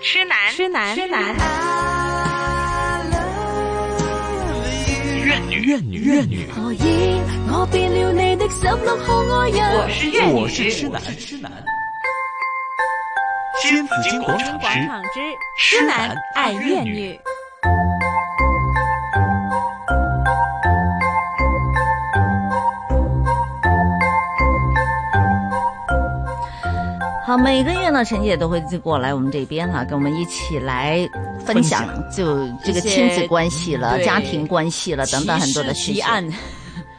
痴男，痴男，痴男，怨女，怨女，怨女。何以我變了你的十六號愛我人？是怨女，我是痴男，痴男。新紫金广场广之场之痴痴男男爱爱怨怨女女。好，每个月呢，陈姐都会寄过来我们这边哈、跟我们一起来分享，分就这个一些亲子关系了、对家庭关系了等等很多的事歧视提 情。案，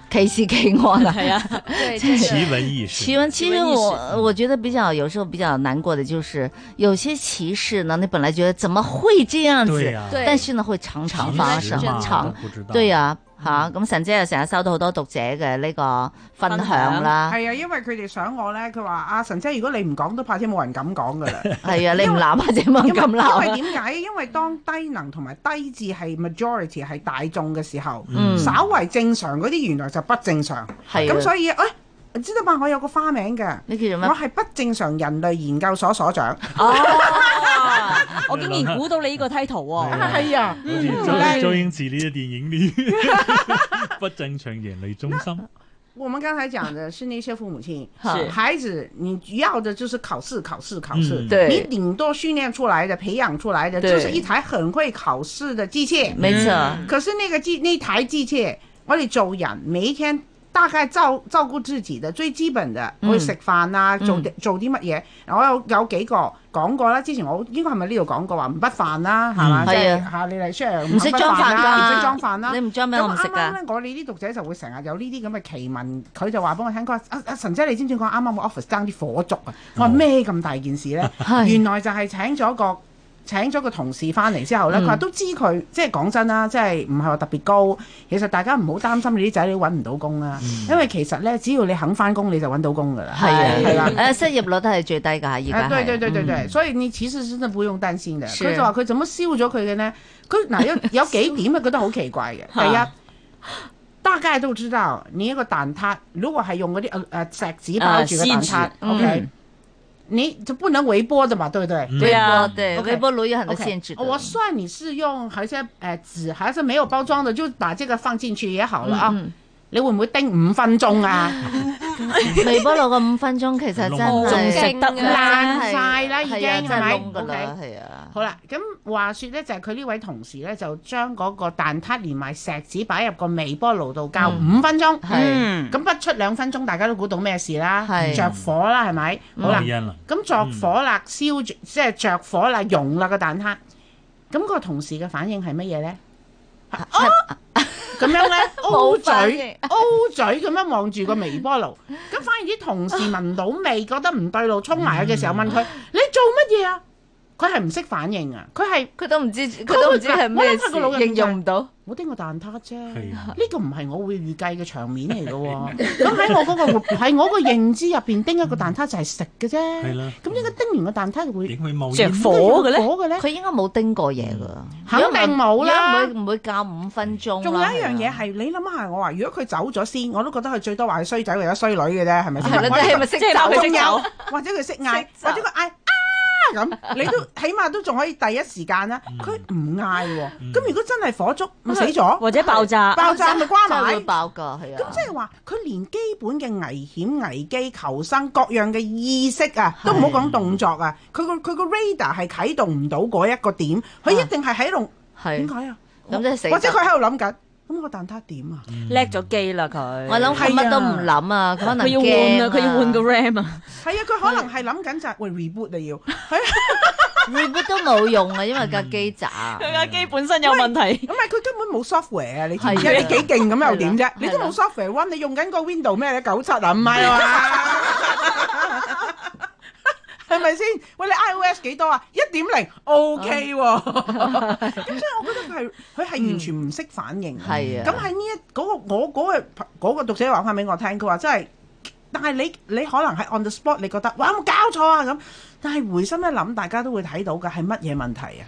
K C K 我了，哎呀，对，真的奇闻异事奇。闻，其奇实闻异我我觉得比较有时候比较难过的就是有些歧视呢，你本来觉得怎么会这样子，对呀、對但是呢會常常其實發是生，真嘅常不知道。對啊吓咁神姐又成日收到好多讀者嘅呢個分享啦，係啊，因為佢哋想我咧，佢話阿神姐，如果你唔講，都怕啫冇人敢講噶啦。係啊，你唔鬧或者冇因為 咁因鬧，啊為點解？因為當低能同埋低智係 majority 係大眾嘅時候，嗯，稍為正常嗰啲原來就不正常。咁係啊，啊所以，誒、你知道嘛？我有個花名嘅，你叫做我咩？係不正常人類研究所所 長。哦，我竟然估到你呢個 title 係喎，啊係啊，嗯好似周周星馳呢啲電影裏 不正常人類中心，我們剛才講的是那些父母親，是孩子，你要的就是考試，考試，考試。嗯對，你頂多訓練出來的、培養出來的，對就是一台很會考試的機器。沒錯，可是那個機那台機器，我哋做人每一天大概照照顧自己的最基本的，嗯我哋食飯啊，嗯做啲做啲乜嘢。我有有幾個講過啦，之前我應該係咪呢度講過話唔不飯啦，係嘛？嗯即係係嚇你嚟 share 唔識裝飯啦，唔識㗎裝飯啦。你唔裝咩咁我唔食啱㗎，啱咧，我哋啲讀者就會成日有呢啲咁嘅奇聞，佢就話俾我聽，佢話啊啊神姐，你知唔知我啱啱個 office 爭啲火燭啊？我話咩咁大件事咧？係原來就係請咗個請咗個同事翻嚟之後咧，嗯佢話、都知佢即係講真啦，即係唔係話特別高。其實大家唔好擔心你啲仔女揾唔到工啦，因為其實咧，只要你肯翻工，你就揾到工噶啦。嗯係啊，係啦誒失業率都係最低㗎，而啊家對係對對對對，嗯所以你其實真係不用擔心嘅。是佢就話佢怎麼燒咗佢嘅呢？佢嗱 有有幾點啊，覺得好奇怪嘅。第一。大概都知道，你一個蛋撻，如果係用嗰啲誒誒石紙包住個蛋啊錫撻紙嗯，OK，你就不能微波的嘛，對不對？對啊，嗯對， OK 微波嗯爐有很多 OK，哦限制的，我算你是用还是呃纸，还是没有包装的，就把这个放进去也好了啊。嗯你會唔會叮五分鐘啊？ 微波爐個五分鐘其實真仲仲係食得勁啦，爛晒啦已經係啊真係咪係窿㗎啦，係啊。好啦，咁話說咧，就係佢呢位同事咧，就將嗰個蛋撻連埋石子擺入個微波爐度教嗯五分鐘。係嗯嗯咁不出兩分鐘，大家都估到咩事啦？係嗯着火啦，係咪？好啦冇，人啦，咁着火啦，燒住即係着火啦，溶啦個蛋撻。咁個同事嘅反應係乜嘢咧？咁樣咧，O 反嘴 O 嘴咁樣望住個微波爐，咁反而啲同事聞到味，覺得唔對路，衝埋去嘅時候問佢：你做乜嘢啊？佢係唔識反應啊！佢係佢都唔知，佢都唔知係咩我諗佢個腦入事，面形容唔到。我叮個蛋撻啫，係啊呢個唔係我會預計嘅場面嚟 嘅喎。咁喺我嗰個活喺我個認知入邊，叮一個蛋撻就係食嘅啫。嗯係 啦嗯咁應該叮完個蛋撻會點會 冇着煙火嘅咧，火嘅咧？佢應該冇叮過嘢噶，肯定冇啦如果唔係唔會教五分鐘啦。仲有一樣嘢係啊係你諗下，我話如果佢走咗先，我都覺得佢最多話係衰仔或者衰女嘅啫，係咪啊先？係啦，我即係咪識即係走鬧佢仲識有走，或者佢識嗌，識走或者佢嗌啊咁，你都起碼都仲可以第一時間啦。佢唔嗌喎，咁如果真係火燭，咪死咗，嗯或者爆炸，爆炸咪關真係會埋。爆㗎，係咁啊即。係話佢連基本嘅危險、危機、求生各樣嘅意識啊，都唔好講動作啊，佢個佢個 radar 係啟動唔到嗰一個點，佢一定係喺度點係解啊？咁即係死得。嗯或者佢喺度諗緊，咁個蛋撻點啊？嗯 叻咗機啦佢，我諗哎佢乜都唔諗 啊，佢可能佢要換啊，佢要換個個 RAM 啊，係啊，佢可能係諗緊就係喂 reboot 啊要，係啊， reboot 都冇用啊，因為嗯架機渣。佢架機本身有問題，咁咪佢根本冇 software 啊！你知唔知係啊啊？你幾勁咁又點係啫啦？你都冇 software run，你用緊個 window 咩咧？九七啊，唔係 啊嘛？係咪先？喂，你 iOS 幾多啊？一點零 OK 喎。 咁所以我覺得佢係佢係完全唔識反應。係啊。咁喺呢一嗰個我嗰個嗰個讀者話翻俾我聽，佢話真係，但係你你可能係 on the spot，你覺得哇有冇搞錯啊咁，但係回心一諗，大家都會睇到嘅係乜嘢問題啊？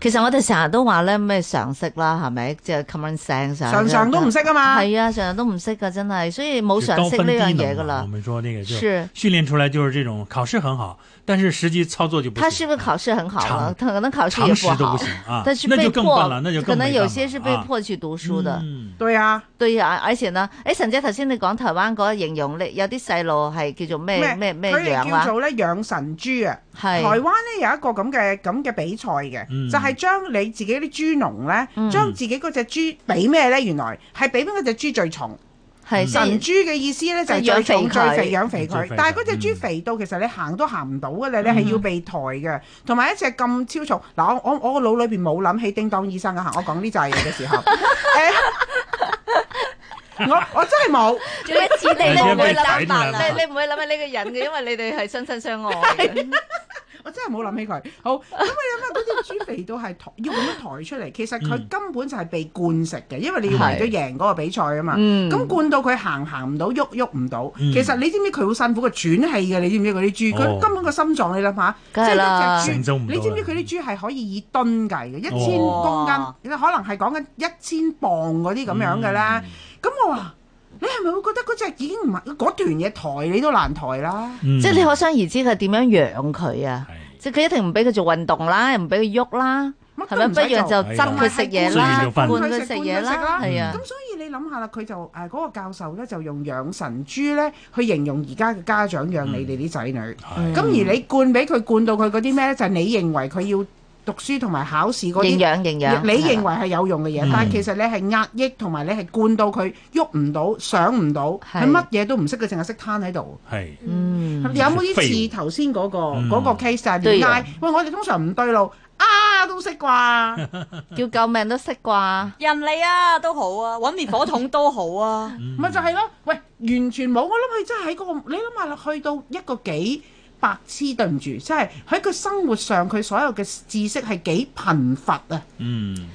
其實我哋成日都話咧咩常識啦，係咪？即係 common sense 啊常常都唔識啊嘛。係啊，常常都唔識噶，真係，所以冇常就識高分呢低樣能嘢噶嘛我啦。们说那个就是训练出来就是这种考試很好，但是實際操作就不他是行不是考試很好了？常他可能考試常也識都好不，行啊，但是那被就更笨迫了，那就，可更能沒有辦些法是被啊迫去讀書的。嗯對啊，對啊，而且呢，誒陳姐頭先你講台灣嗰形容你有啲細路係叫做咩咩咩佢樣哋叫啊？做咧養神豬啊。台灣係咧有一個咁嘅咁嘅比賽嘅，嗯就係將你自己啲豬農咧，嗯將自己嗰只豬俾咩咧？原來係俾邊嗰只豬最重。係神即係豬嘅意思咧就係嗯即係最養肥重佢最肥養肥佢最肥佢，但係嗰只嗯豬肥到其實你行都行唔到嘅嗯咧，你係要被抬嘅，同埋一隻咁超重。嗱，我我我個腦裏邊冇諗起叮當醫生嘅啊行，我講呢扎嘢 嘅時候，誒我我真係冇，做一次你你都都唔唔會會諗諗白白啦啦。你你唔會諗下呢個人嘅，因為你哋係相親相愛嘅。我真係冇諗起佢。好，咁你諗下嗰隻豬肥到係抬要咁樣抬出嚟，其實嗯佢根本就係被灌食嘅，因為你要為咗贏嗰個比賽啊嘛。嗯咁灌到佢行行唔到，喐喐唔到。嗯其實你知唔知佢好辛苦嘅喘氣嘅？你知唔知嗰啲豬？佢、哦根本個心臟你諗下，即梗係啦係一承隻受豬唔，到你知唔知啦佢啲豬係可以以噸計嘅，一千公斤，啊哦你可能係講緊一千磅嗰啲咁嗯樣嘅啦。嗯咁、我話你係咪會覺得嗰只已經唔係嗰團嘢抬你都難抬啦？嗯 哎即係你可想而知佢點樣養佢啊！係即係佢一定唔俾佢做運動啦，又唔俾佢喐啦，乜係都咪？唔不使如做啊就執佢食嘢啦，同埋係灌灌佢食啊佢食嘢啦，灌佢食係啦啊咁。所以你諗下啦，佢就呃誒嗰、個教授咧就用養神豬咧去形容而家嘅家長養你哋啲仔女。係咁、嗯而你灌俾佢灌到佢嗰啲咩咧，就係你認為佢要讀書同埋考試嗰營啲。養營養，你認係為啦係有用嘅嘢，嗯但係其實你係壓抑同埋你係灌到佢喐唔到、想唔到，係佢乜嘢都唔識，佢淨係識攤喺度。係嗯有冇啲廢似頭先嗰個嗯嗰個 case 就係對連啊嗌喂，我哋通常唔對路啊都識啩。叫救命都識啩？人嚟啊，都好啊，搵滅火筒都好啊。咪就係咯，喂，完全冇，我諗佢真係喺嗰個，你諗下啦，去到一個幾白痴，對唔住，即係喺佢生活上佢所有嘅知識係幾貧乏啊！嗯，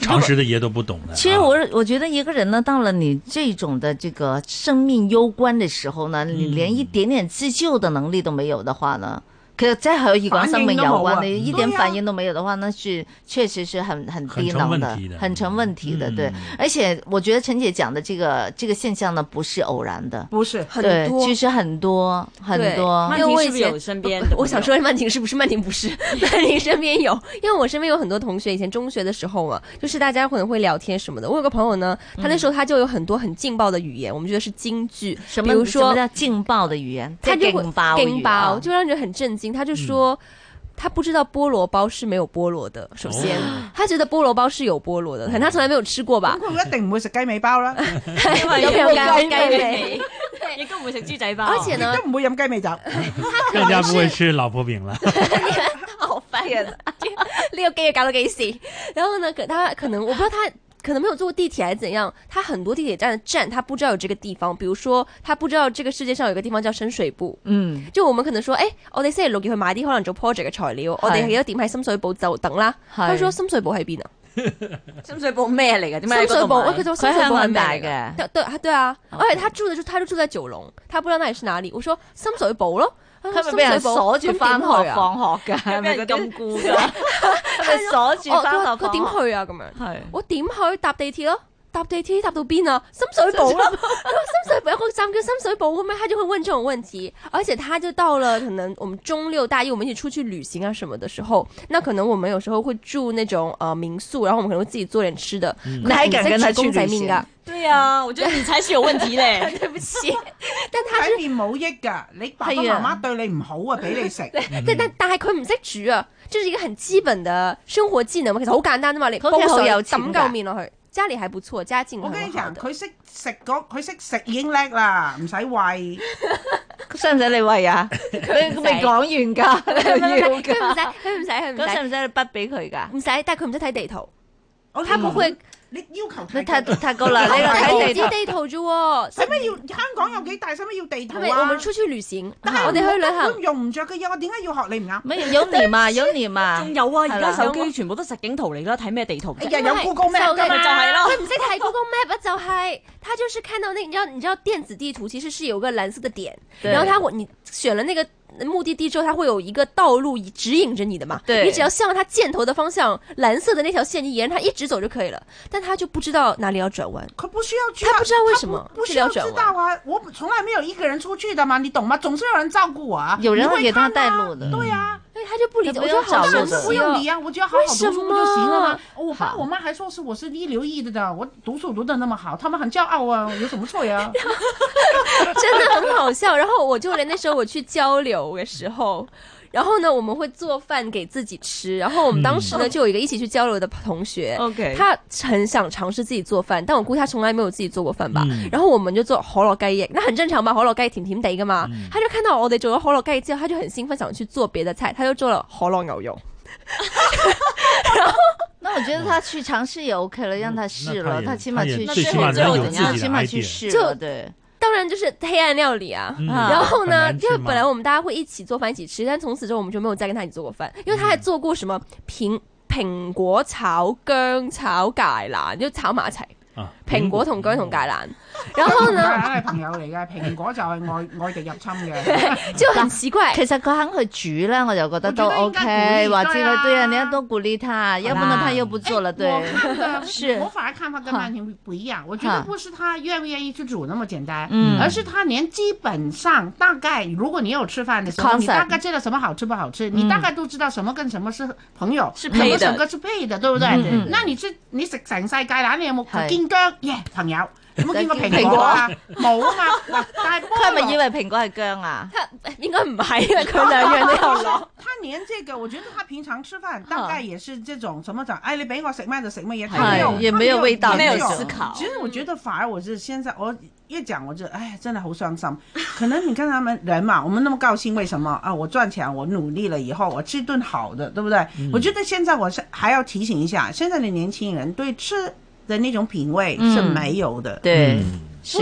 常识的爷都不懂的啊。其實我我覺得一個人呢，到了你這種的這個生命攸關的時候呢，你連一點點自救的能力都沒有的話呢，其實真係可以講生命攸反應都冇關，啊你一點反應都沒有的話，那是確實是很很啊很低成能問的題的，很成問題的，嗯對。而且我覺得陳姐講的這個這個現象呢，不是偶然的，不是，很對，多其實很多很多，曼因为婷是不我以是前有身边的？我想，说曼婷是不是曼婷 不是曼婷身边有，因为我身边有很多同学，以前中学的时候嘛，就是大家可能会聊天什么的。我有个朋友呢，他嗯那时候他就有很多很劲爆的语言，我们觉得是京剧，什比么如什么说叫劲爆的语啊嗯言，他即就係会勁爆劲勁爆，就让人很震惊。他就说。他不知道菠萝包是没有菠萝的，首先，哦他觉得菠萝包是有菠萝的，可能他从来没有吃过吧咁。佢一定唔會食雞尾包 啦，因為有因冇為雞雞尾， 亦都唔會食豬仔包。而 且呢，都唔會飲雞 尾酒。更加不會吃老婆餅了。好煩人，啊呢個機要搞到幾時？然後呢，可他可能我不知道他。可能沒有坐過地鐵還是怎樣，他很多地鐵站的站他不知道有這個地方，比如說他不知道這個世界上有個地方叫深水埗， 嗯，即係我們可能說，誒、我哋星期六要去買啲可能做 project 嘅材料，我哋幾多點喺深水埗就等啦。係佢說深水埗喺邊啊？深水埗咩嚟嘅？點解喺深水嗰度埗，買我佢就深水埗香港很大美嘅对对啊對啊，而且他住的就他就住在九龍，他不知道那裡是哪裡。我說啊深水埗咯，佢佢咪俾人鎖住翻學啊 放學㗎，係咪佢啊俾人咁 固㗎？係咪鎖住翻學放哦，佢佢學？點去啊？咁樣。係我點去搭地鐵咯？搭地鐵搭到邊啊？深水埗啦，深水埗有個站叫深水埗嘅咩？他就會問這種問題，而且他就到了可能我們中六大一，我們一起出去旅行啊什麼的時候，那可能我們有時候會住那種呃民宿，然後我們可能會自己做點吃的。嗯那你還敢跟他去旅行公仔麵㗎？對啊， 我覺得你才是有問題 咧。對不起，但他喺面冇益㗎，你爸爸係啊媽媽對你唔好啊，俾你 食。但但但係佢唔識煮啊，這是一個很基本的生活技能嘛，其實好簡單啫嘛，你佢煲屋企好水有錢㗎抌嚿麵落去，家裡還不錯，家境我很跟你好講，的。佢識食嗰，佢識食已經叻啦，唔使餵。使唔使你喂啊？佢佢未講完㗎，佢要唔使，㗎。佢唔使，佢唔使咁。使唔使你筆俾佢㗎？唔使，但係佢唔使睇地圖，我他不會嗯你要求你太太高，太高啦， 你個睇睇地地圖。地圖啫喎。使乜要香港有幾大？使乜要地圖係咪我啊們？出去旅行，但係我哋去我根旅本行，用唔着嘅嘢，我點解要學你唔啱？咩有你嘛？有你嘛仲？有啊，而係家啦手機全部都實景圖嚟啦，睇咩地圖啫哎呀，有 Google 咩手機㗎咪就嘛？係咯。佢唔識睇 Google Map 就係，他就是看到那，你知道，你知道電子地圖其實是有個藍色的點，對然後他我你選了那個目的地之后，它会有一个道路以指引着你的嘛。对你只要向着它箭头的方向，蓝色的那条线，你沿着它一直走就可以了。但他就不知道哪里要转弯。可不需要去、啊，他不知道为什么他不不治需疗要转知弯道啊！我从来没有一个人出去的嘛，你懂吗？总是有人照顾我啊，有人你会会给他看带啊路的对呀、啊。哎，他就不理解，他我不觉要得好找神路的奇不用哦理。啊，我只要好好读书不就行了为什么吗？我爸好我妈还说是我是一流一的的，我读书读的那么好，他们很骄傲啊，有什么错呀？ 真的很好笑。然后我就连那时候我去交流的时候。 然后呢，我们会做饭给自己吃。然后我们当时呢，就有一个一起去交流的同学嗯 OK 他很想尝试自己做饭，但我估他从来没有自己做过饭吧。嗯然后我们就做可樂雞翼，那很正常嘛，可樂雞甜甜地㗎嘛。他就看到我哋做咗可樂雞翼之後，他就很興奮，想去做別的菜，他就做了可樂牛肉。那我觉得他去尝试也 OK 了，让他那试他了，也他起码他也去那试最后了，能有怎自己的样？起码去 idea 试就了，对。当然就是黑暗料理啊。嗯啊然后呢，很难因为吃吗本来我们大家会一起做饭一起吃，但从此之后我们就没有再跟他一起做过饭，因为他还做过什么苹苹果炒姜炒芥蘭，就炒埋一齊啊蘋果同姜同芥蘭。 然後梗呢，係哎朋友嚟嘅，蘋果就 係外外敵入侵嘅。就很奇怪。其實佢肯去煮咧，我就覺得都我覺得 OK，應或該鼓者勵佢咧啊對啊，你要多鼓勵他，要不然他又不做了，對。我看的，是我反而看他跟曼婷不一样。我觉得哈不是他愿不愿意去煮那么简单，嗯而是他连基本上大概，如果你有吃饭的时候， Concept 你大概知道什么好吃不好吃，你大概都知道什么跟什么是朋友，是配的什么是配的，對不對？嗯那你知你食成世界啦，你有冇係見姜耶朋友？有冇見過見蘋 果啊？冇啊嘛，嗱，但佢係係菠蘿咪以為蘋果係薑啊？他應該唔係，因為佢兩樣 都有攞。他连这个，我觉得他平常吃饭大概也是这种什么讲，哎，你俾我食咩就食乜嘢，他没有也他没有味道没有这种思考其实我觉得反而我是现在我越讲我就哎，真的好伤心。可能你看他们人嘛，我们那么高兴，为什么啊？我赚钱，我努力了以后，我吃顿好的，对不对？我觉得现在我是还要提醒一下，现在的年轻人对吃的那种品味是嗯没有的，嗯對，不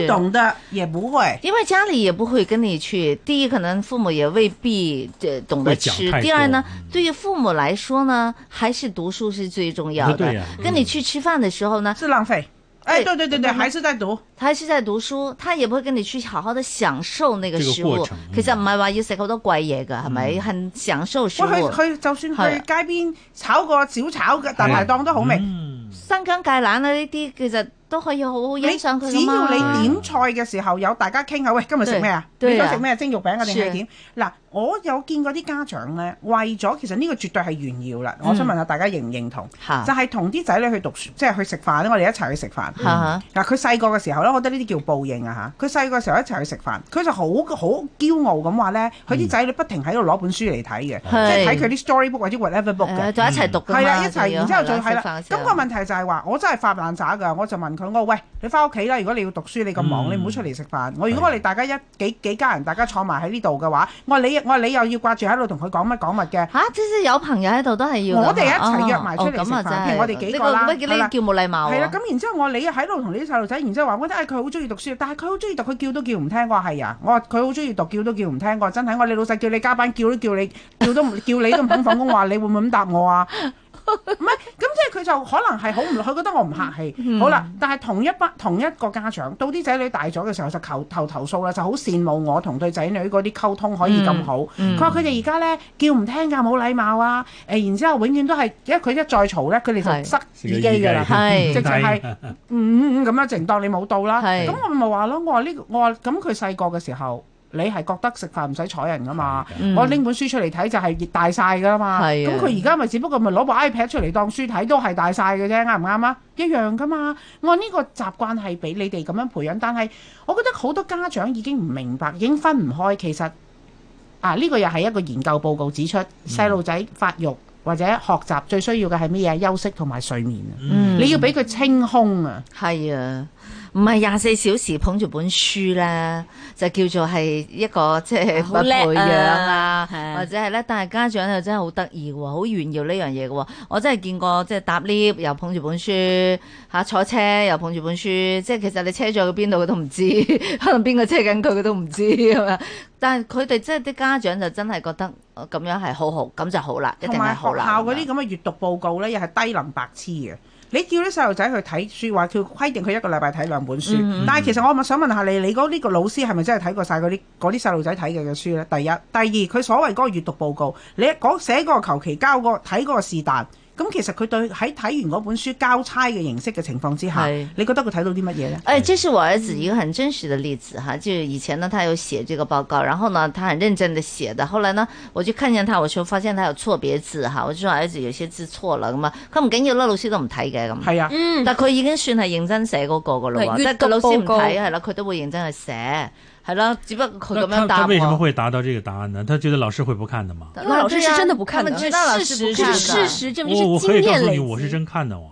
是。懂的也不会。因为家里也不会跟你去，第一可能父母也未必这懂得会讲吃太，多第二呢嗯，对于父母来说呢，还是读书是最重要的对呀。嗯跟你去吃饭的时候呢，是浪费。哎，对对对对对，还是在读。他还是在讀書，他也不會跟你去好好的享受那個這個食過物程。其嗯實唔係話要食好多貴嘢㗎，係咪？很享受食喂，佢物。佢就算係啊去街邊炒個小炒嘅大排檔都好味。嗯生姜芥蘭啊呢啲，其實都可以好好欣你只要賞佢㗎嘛。你點菜嘅時候有大家傾下，喂，今日食咩啊？對你對啊想食咩蒸肉餅啊定是係點？嗱，我有見過啲家長咧，為咗其實呢個絕對係炫耀啦。嗯我想問下大家認唔認同？嚇就係同啲仔女去讀書，即係去食飯咧，我哋一齊去食飯。嚇嚇嗱，佢細個嘅時候咧，我覺得呢啲叫報應啊嚇！佢細個嘅時候一齊去食飯，佢就好好驕傲咁話咧，嗯佢啲仔女不停喺度攞本書嚟睇嘅，嗯即係睇佢啲 storybook 或者 whatever book 嘅誒。嗯就一齊讀㗎嘛。係啊啦，一齊，就然要之後再係係啦啦。食飯嘅時候咁個問題就係話，我真係發爛渣㗎，我就問佢：我話喂，你翻屋企啦！如果你要讀書，你咁忙，嗯你唔好出嚟食飯。我如果我哋大家一幾幾家人，大家坐埋喺呢度嘅話，我話你，我話你又要掛住喺度同佢講乜講乜嘅。吓，即係有朋友喺度都係要㗎嘛。我哋一齊約埋出嚟哦咁啊食飯真係譬如我哋幾個啦呢喂呢係啲啦叫冇禮貌喎。啊係啦，咁然之後我話你喺度同你啲細路仔，然之後話我覺得誒佢好中意讀書，但係佢好中意讀，佢叫都叫唔聽。我話係啊，我話佢好中意讀，叫都叫唔聽。我話真係，我話你老細叫你加班，叫都叫你，叫都唔叫你都唔肯放工。我話你會唔會咁答我啊？唔係，咁即係佢就可能係好唔，佢覺得我唔客氣。好啦，但係同一班同一個家長，到啲仔女大咗嘅時候就求投投訴啦，就好羨慕我同對仔女嗰啲溝通可以咁好。嗯佢話佢哋而家咧叫唔聽㗎，冇禮貌啊！誒，然之後永遠都係，因為佢一再嘈咧，佢哋係就塞耳機㗎啦。係直情係嗯嗯嗯咁樣，淨當你冇到啦。係咁我咪話咯，我話呢個，我話咁佢細個嘅時候，你係覺得食飯唔使睬人噶嘛？嗯我拎本書出嚟睇就係大晒噶啦嘛。係啊咁佢而家咪只不過咪攞部 iPad 出嚟當書睇都係大晒嘅啫，啱唔啱啊？一樣噶嘛。我話呢個習慣係俾你哋咁樣培養，但係我覺得好多家長已經唔明白，已經分唔開其實。啊！呢、個又係一個研究報告指出，細路仔發育或者學習最需要嘅係乜嘢？休息同埋睡眠啊！嗯你要俾佢清空啊！係啊，唔係廿四小時捧住本書咧，就叫做係一個即係好叻啊培養啊係，啊或者係咧。但係家長又真係好得意喎，好炫耀呢樣嘢嘅喎。我真係見過即係搭 lift 又捧住本書，嚇坐車又捧住本書，即係其實你車咗去邊度佢都唔知， 可能邊個車緊佢佢都唔知咁樣。但係佢哋即係啲家長就真係覺得呃咁樣係好好，咁就好啦，一同定埋係學好啦。啊校嗰咁樣啲咁嘅閱讀報告咧，又係低能白痴嘅。啊你叫啲細路仔去睇書，話佢規定佢一個禮拜睇兩本書。嗯但係其實我咪想問下你，你嗰呢個老師係咪真係睇過晒嗰啲嗰啲細路仔睇嘅嘅書呢？第一，第二，佢所謂嗰個閱讀報告，你講寫嗰個求其交嗰個睇嗰個是但，咁其實佢對喺睇完嗰本書交差嘅形式嘅情況之下係，你覺得佢睇到啲乜嘢呢？哎，这是我儿子一个很真实的例子哈，就是以前呢，他有写这个报告，然后呢，他很认真的写的。后来呢，我就看见他，我说发现他有错别字哈，我就说儿子有些字错了咁啊，咁唔緊要啦，老師都唔睇嘅咁。係啊，嗯，但佢已經算係認真寫嗰個噶啦喎，係即係閱讀個老師唔報告睇係啦，佢都會認真去寫，係啦，只不過佢那咁樣他答他我。为什么会达到这个答案呢？他觉得老师会不看的吗？那因为老师是真的不看的他们知道老师不这看是的事实证明，哦我我是可以告经验诉累你，积。我是真看的 我。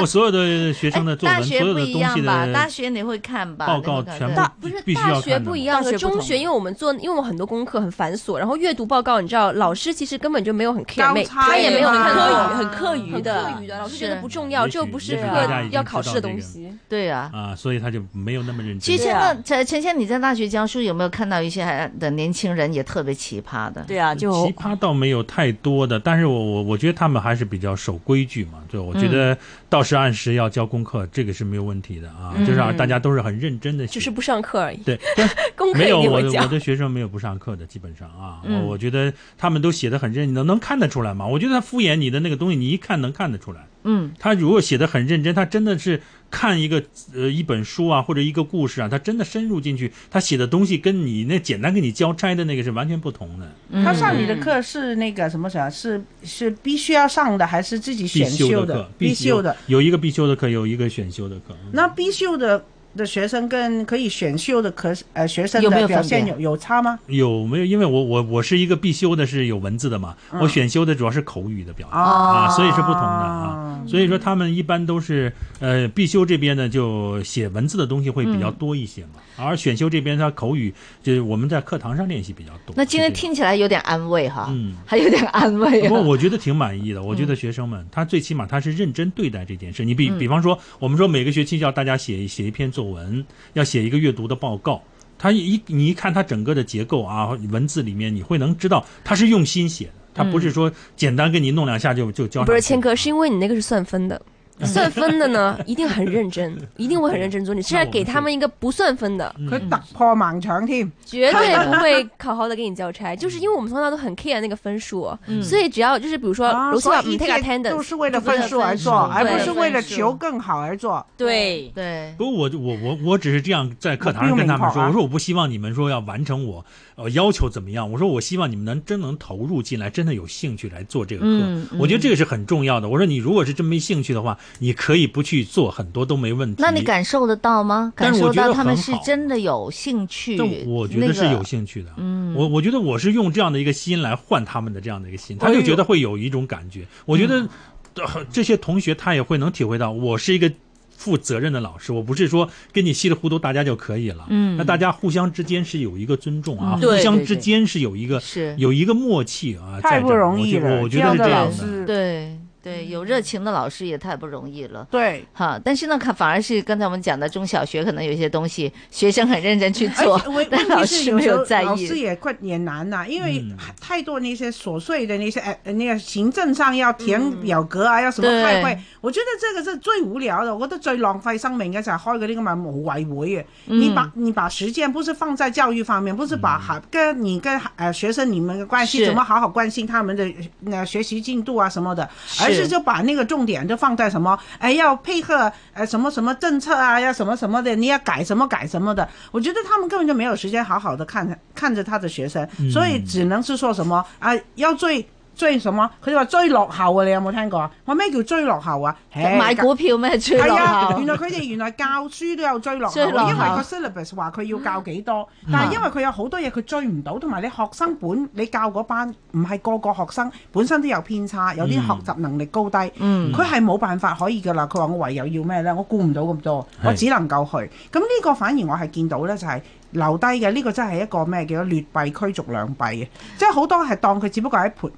我所有的学生的作大文，所學有不的一东西樣吧？大的學你會看吧？报你會告看全部對大必不是必须大要学看的不一嘛。样大学不的，中同学因为我们做，因为我们很多功课很繁琐，然后阅读报告，你知道，老师其实根本就没有很 care，交没差他也没有很看课过余，很课余很的课余的，老师是觉得不重要，也这又许不是也许课大家已经要知考道试的这东个西。對啊。啊，所以他就没有那么认真。其实对现啊在陈陈倩，你在大学教书有没有看到一些还的年轻人也特别奇葩的？对啊，就奇葩倒没有太多的，但是我我我觉得他们还是比较守规矩嘛，就我嗯觉得到时按时要交功课，这个是没有问题的啊，就是啊，大家都是很认真的，嗯就是不上课而已，对，但 功课没一有定我会的交我。的学生没有不上课的，基本上啊，嗯我我觉得他们都写的很认真，能看得出来嘛？我觉得他敷衍你的那个东西，你一看能看得出来。嗯，他如果写的很认真，他真的是看一个呃一本书啊，或者一个故事啊，他真的深入进去，他写的东西跟你那简单跟你交差的那个是完全不同的。嗯他上你的课是那個什么什麼，是是必須要上的，還是自己必選修修的课，必修的。有一个必修的课，有一个选修的课。嗯那必修的的学生跟可以选修的可呃学生有没有的分别表现有有差吗？有没有？因为我我我是一个必修的，是有文字的嘛，嗯我选修的主要是口语的表哦达啊，所以是不同的啊。所以说他们一般都是呃必修这边呢就写文字的东西会比嗯较多一些嘛，而选修这边他口语就是我们在课堂上练习比较多。那今天是这样。听起来有点安慰哈，嗯还有点安慰不啊过。我觉得挺满意的，我觉嗯得学生们他最起码他是认真对待这件事。你比比方说，我们说每个学期要大家写写一篇作文，要写一个阅读的报告。他一你一看他整个的结构啊，文字里面你会能知道他是用心写的，他不嗯是说简单给你弄两下就就交上去。不是谦哥，是因为你那个是算分 的，算分的呢一定很认真，一定会很认真做。你现在给他们一个不算分的，嗯佢突破盲腸添， 绝对不会好好的给你交差，就是因为我们从小都很 care 那个分数，所以只要就是比如哦说啊楼下所我以们一嗯切 take 都 attendance，是為了分數而做，嗯而不是对為了分數求更好而做。对，对，不过我就我我我只是这样在课堂上跟他们目标明确说，啊我说我不希望你们说要完成我呃要求怎么样，我说我希望你们能真能投入进来，真的有兴趣来做这个课，嗯嗯我觉得这个是很重要的。我说你如果是真没兴趣的话，你可以不去做，很多都没问题。那你感受得到吗？但感是受我觉得到他们很是好真的有兴趣，但我觉得是有兴趣的，嗯，我我觉得我是用这样的一个心来换他们的这样的一个心，他就觉得会有一种感觉。我觉得、呃这些同学他也会能体会到，我是一个负责任的老师，我不是说跟你稀里糊涂大家就可以了，嗯，那大家互相之间是有一个尊重啊，嗯互对相对之对间是有一个是有一个默契啊，太在不这儿容易了我觉得我觉得是这这样的样老的师。那个对对，有热情的老师也太不容易了。對。哈，但是呢，看反而是刚才我们讲的中小学，可能有些东西学生很认真去哎而做且哎问，但问老题是师有没时候在老意师。也困也难呐、因为嗯太多那些琐碎的那些呃呃那个行政上要填表格啊，要什嗯么对开会，我觉得这个是最无聊的。我觉得最浪费生命的就係開嗰啲咁嘅無謂會嘅。啊你把嗯你把时间不是放在教育方面，不是把孩跟你跟呃学生你们的关系是怎么好好关心他们的那学习进度啊什么的，而是是就把那个重点就放在什么哎要配合呃什么什么政策啊，要什么什么的，你要改什么改什么的。我觉得他们根本就没有时间好好的看看着他的学生，所以只能是说什么啊要追。追什麼？佢哋話追落後啊！你有冇聽過啊？我咩叫追落後啊？哎買股票咩？追係落啊，後原來佢哋原來教書都有追落後，追啊因為落後嗯個 syllabus 話佢要教幾多，但係因為佢有好多嘢佢追唔到，同埋你學生本你教嗰班唔係個個學生本身都有偏差，有啲嗯學習能力高低，嗯佢係冇辦法可以㗎啦。佢話我唯有要咩呢？我顧唔到咁多，係我只能夠去。咁呢個反而我係見到呢，就係留低嘅呢個真係一個咩叫做劣幣驅逐良幣嘅，即係好多係當佢只不過係盤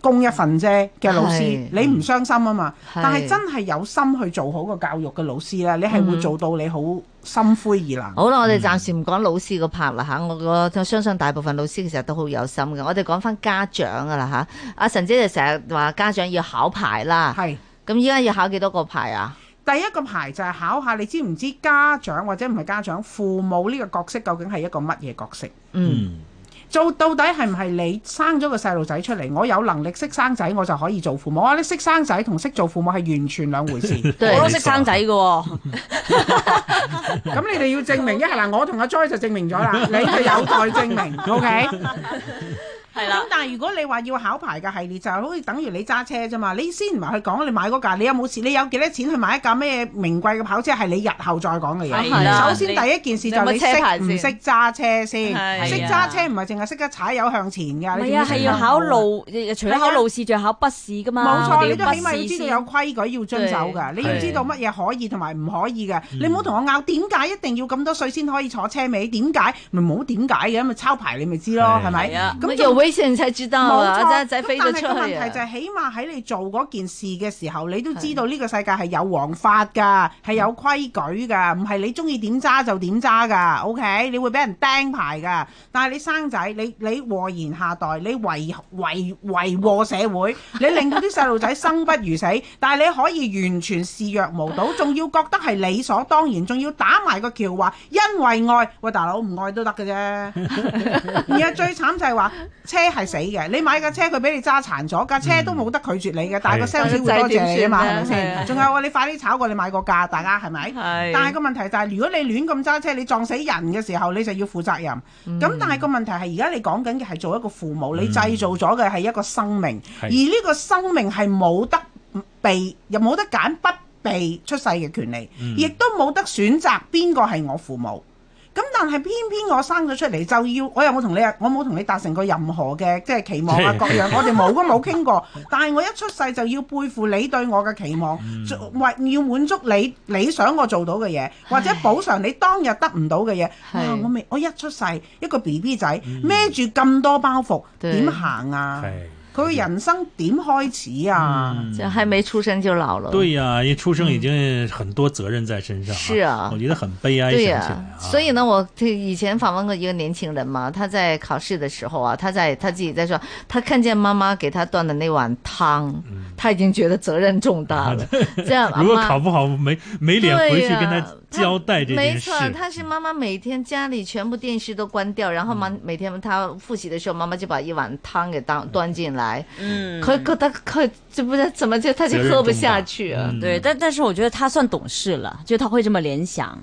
供一份啫嘅老師係，嗯你唔傷心啊嘛。係但係真係有心去做好個教育嘅老師咧，你係會做到你好心灰意冷。好啦，嗯我哋暫時唔講老師個 part 啦嚇，我個我相信大部分老師其實都好有心嘅。我哋講翻家長噶啦嚇，阿神姐就成日話家長要考牌啦，係咁咁依家要考幾多個牌啊？第一個牌就係考下你知唔知家長或者唔係家長父母呢個角色究竟係一個乜嘢角色？嗯，嗯，做到底係唔係你生咗個細路仔出嚟，我有能力識生仔，我就可以做父母啊？你識生仔同識做父母係完全兩回事。咁對我都識生仔嘅喎，你哋要證明一下嗱，我同阿 Joy 就證明咗啦，你就有待證明。OK。係啦咁。但係如果你話要考牌嘅系列，就係好似等於你揸車啫嘛。你先唔係去講你買嗰架，你有冇錢？你有幾多錢去買一架咩名貴嘅跑車？係你日後再講嘅嘢。係啦首先第一件事就係你你有冇車牌識先唔識揸車先。係識揸車唔係淨係識得踩油向前㗎，唔你係啊，仲係識要得考。路，除咗考路試，仲要考筆試噶嘛。冇我錯，哋你都要起碼要知道有規矩要遵守㗎，對你要知道乜嘢可以同埋唔可以嘅。嗯你唔好同我拗點解一定要咁多歲先可以坐車尾，點解咪冇點解嘅，咪抄牌你咪知咯，係係咪係？嗯啊，咁咁有仲危險才知道冇啊！錯，真係仔飛咗咁出但係個問去題就啊！係，起碼喺你做嗰件事嘅時候，你都知道呢個世界係有王法㗎，係有規矩㗎，唔係你中意點揸就點揸㗎。OK，你會俾人釘牌㗎。但係你生仔，你你禍延下代，你為為為禍社會，你令到啲細路仔生不如死。但係你可以完全視若無睹，仲要覺得係理所當然，仲要打埋個橋話因為愛。喂，大佬唔愛都得嘅啫。而家最慘就係話車係死嘅，你買架車佢俾你揸殘咗，架車都冇得拒絕你嘅，但係個係 sales 會多謝你啊嘛，係但咪係點算咧係啊先？仲有你快啲炒過你買個價，大家係咪？係。但係個問題就係，如果你亂咁揸車，你撞死人嘅時候，你就要負責任。咁、但係個問題係，而家你講緊嘅係做一個父母，你製造咗嘅係一個生命，係而呢個生命係冇得被，又冇得揀不被出世嘅權利，嗯亦都冇得選擇邊個係我父母。咁但係偏偏我生咗出嚟就要，我又冇同你，我冇同你達成過任何嘅即係期望 啊係各樣，我哋冇都冇傾過。但係我一出世就要背負你對我嘅期望，嗯做為要滿足你你想我做到嘅嘢，或者補償你當日得唔到嘅嘢。啊係哇！我未我一出世一個 B B 仔嗯孭住咁多包袱，對點行啊？哎，佢嘅人生點開始啊？嗯就還沒出生就老了。对呀、一出生已经很多责任在身上、是啊我觉得很悲哀。对想呀、起来啊，所以呢，我这以前访问过一个年轻人嘛，他在考试的时候啊，他在他自己在说，他看见妈妈给他端的那碗汤，他已经觉得责任重大 了。这样，嗯如果妈考不好，没没脸回去对呀跟他交代这没件事错。，他是妈妈每天家里全部电视都关掉，然后嗯妈每天他复习的时候，妈妈就把一碗汤给当端进来。嗯可可他可这不是怎么就他就责任喝不重大下去啊？嗯对，但但是我觉得他算懂事了，就他会这么联想。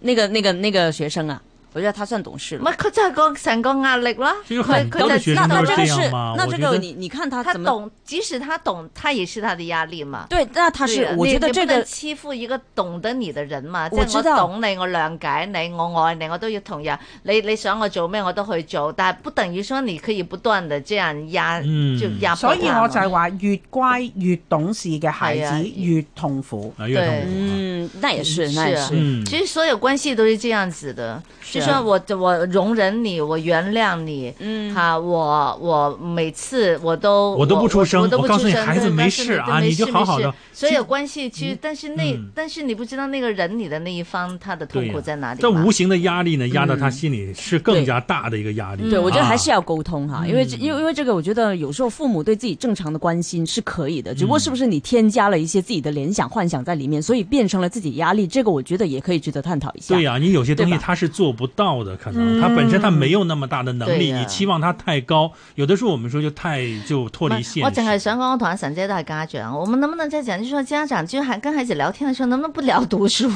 那个、那个、那个学生啊，我觉得他算懂事唔系了。佢就系个成个压力啦，其实很佢多佢的就学知道生那都这个是这是样，吗？那我这觉个得你你看他他怎么懂，即使他懂，他也是他的压力嘛。对？那他對是啊，我你觉得你这不能个欺負一個懂得你的人嘛，即我係知我道懂你，我諒解你，我愛你，我都要同樣。你你想我做咩我都去做，但係不等於說你可以不斷的這樣壓，嗯就壓迫所以他我就嘛係話，越乖越懂事嘅孩係啊子越痛苦。啊，越对痛苦啊。嗯，那也是，那也是啊是，嗯，其實所有關係都是這樣子的，就說我我容忍你，我原諒你，嗯，哈，我我每次我都我都不出声我都不我告诉你出声孩子对没告诉你事啊对你没事就好好没事的其所以实有关系其实，但是那嗯但是你不知道那个忍你的那一方他的对痛呀苦在哪里这嘛。无形的压力呢，压到他嗯心里是更加大的一个压力。啊对，我觉得还是要要沟通哈，因为嗯这因为因为这个，我觉得有时候父母对自己正常的关心是可以的，只不嗯过是不是你添加了一些自己的联想、幻想在里面，所以变成了自己压力，这个我觉得也可以值得探讨一下。对呀、你有些东西对吧他是做不到的，可嗯能他本身他没有那么大的能对力，呀你期望他太高，有的时候我们说就太就脱离现实。我淨係想講，我同阿神姐都係家長，我們能不能再講，就是說家長就孩跟孩子聊天的時候，能不能不聊讀書？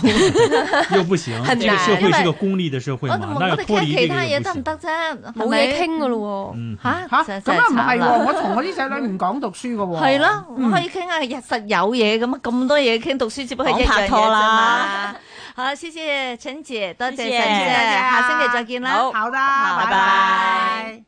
又不行，很这个难社会因为是个功利的社我会嘛，那我要哋脱傾离这其他个嘢又得不唔行。得啫？冇嘢傾噶咯嗯，嚇吓，真係咁啊唔係慘啦喎，我同我啲仔女唔講讀書嘅喎。係咯，可以傾下日實有嘢咁啊，咁多嘢傾，讀書只不過係一講拍樣嘢拖啫啦嘛。 好，謝謝陳姐，多謝謝陳謝姐，下星期再見啦。好好的，好拜拜拜拜。